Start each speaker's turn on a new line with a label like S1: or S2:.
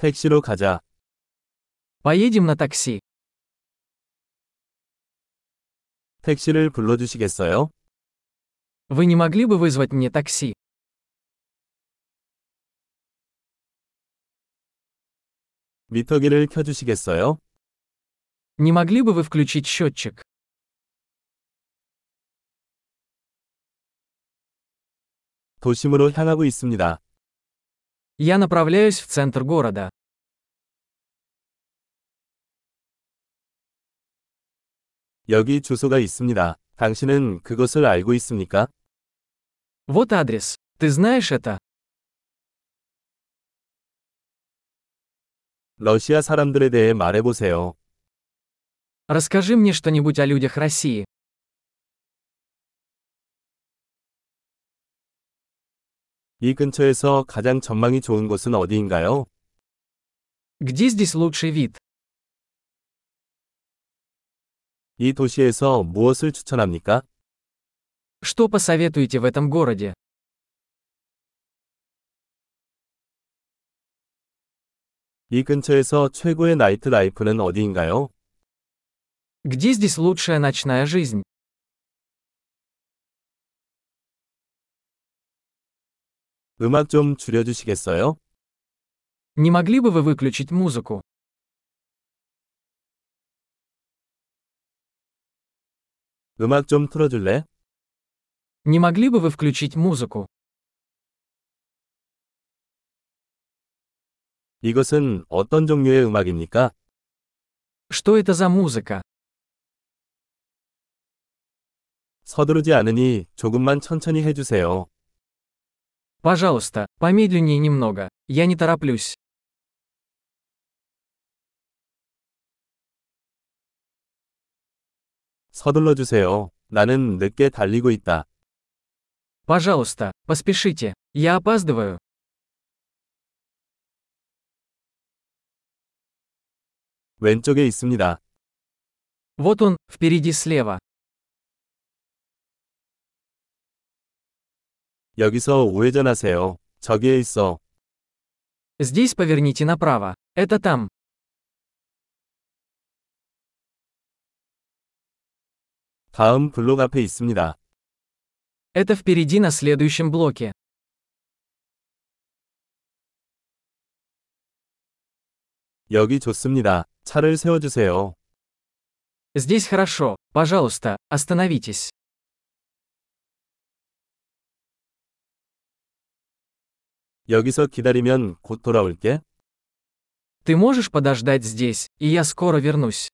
S1: 택시로 가자.
S2: Поедем на такси.
S1: 택시를 불러주시겠어요?
S2: Вы не могли бы вызвать мне такси?
S1: 미터기를 켜주시겠어요?
S2: Не могли бы вы включить счетчик?
S1: 도심으로 향하고 있습니다.
S2: Я направляюсь в центр города.
S1: 여기 주소가 있습니다. 당신은 그것을 알고 있습니까?
S2: Вот адрес. Ты знаешь это?
S1: 러시아 사람들에 대해 말해보세요.
S2: Расскажи мне что-нибудь о людях России.
S1: 이 근처에서 가장 전망이 좋은 곳은 어디인가요?
S2: Где здесь лучший вид?
S1: 이 도시에서 무엇을 추천합니까?
S2: Что посоветуете в этом городе?
S1: 이 근처에서 최고의 나이트 라이프는 어디인가요?
S2: Где здесь лучшая ночная жизнь?
S1: 음악 좀 줄여주시겠어요?
S2: Не могли бы вы выключить музыку?
S1: 음악 좀 틀어줄래?
S2: Не могли бы вы включить музыку?
S1: 이것은 어떤 종류의 음악입니까?
S2: Что это за музыка?
S1: 서두르지 않으니 조금만 천천히 해주세요.
S2: Пожалуйста, помедленнее немного. Я не тороплюсь.
S1: 서둘러 주세요. 나는 늦게 달리고 있다.
S2: Пожалуйста, поспешите. Я опаздываю.
S1: 왼쪽에 있습니다.
S2: Вот он, впереди слева.
S1: 여기서 우회전하세요. 저기에 있어.
S2: Здесь поверните направо. Это там.
S1: 다음 블록 앞에 있습니다.
S2: Это впереди на следующем блоке.
S1: 여기 좋습니다. 차를 세워주세요.
S2: Здесь хорошо. Пожалуйста, остановитесь.
S1: 여기서 기다리면 곧 돌아올게.
S2: Ты можешь подождать здесь, и я скоро вернусь.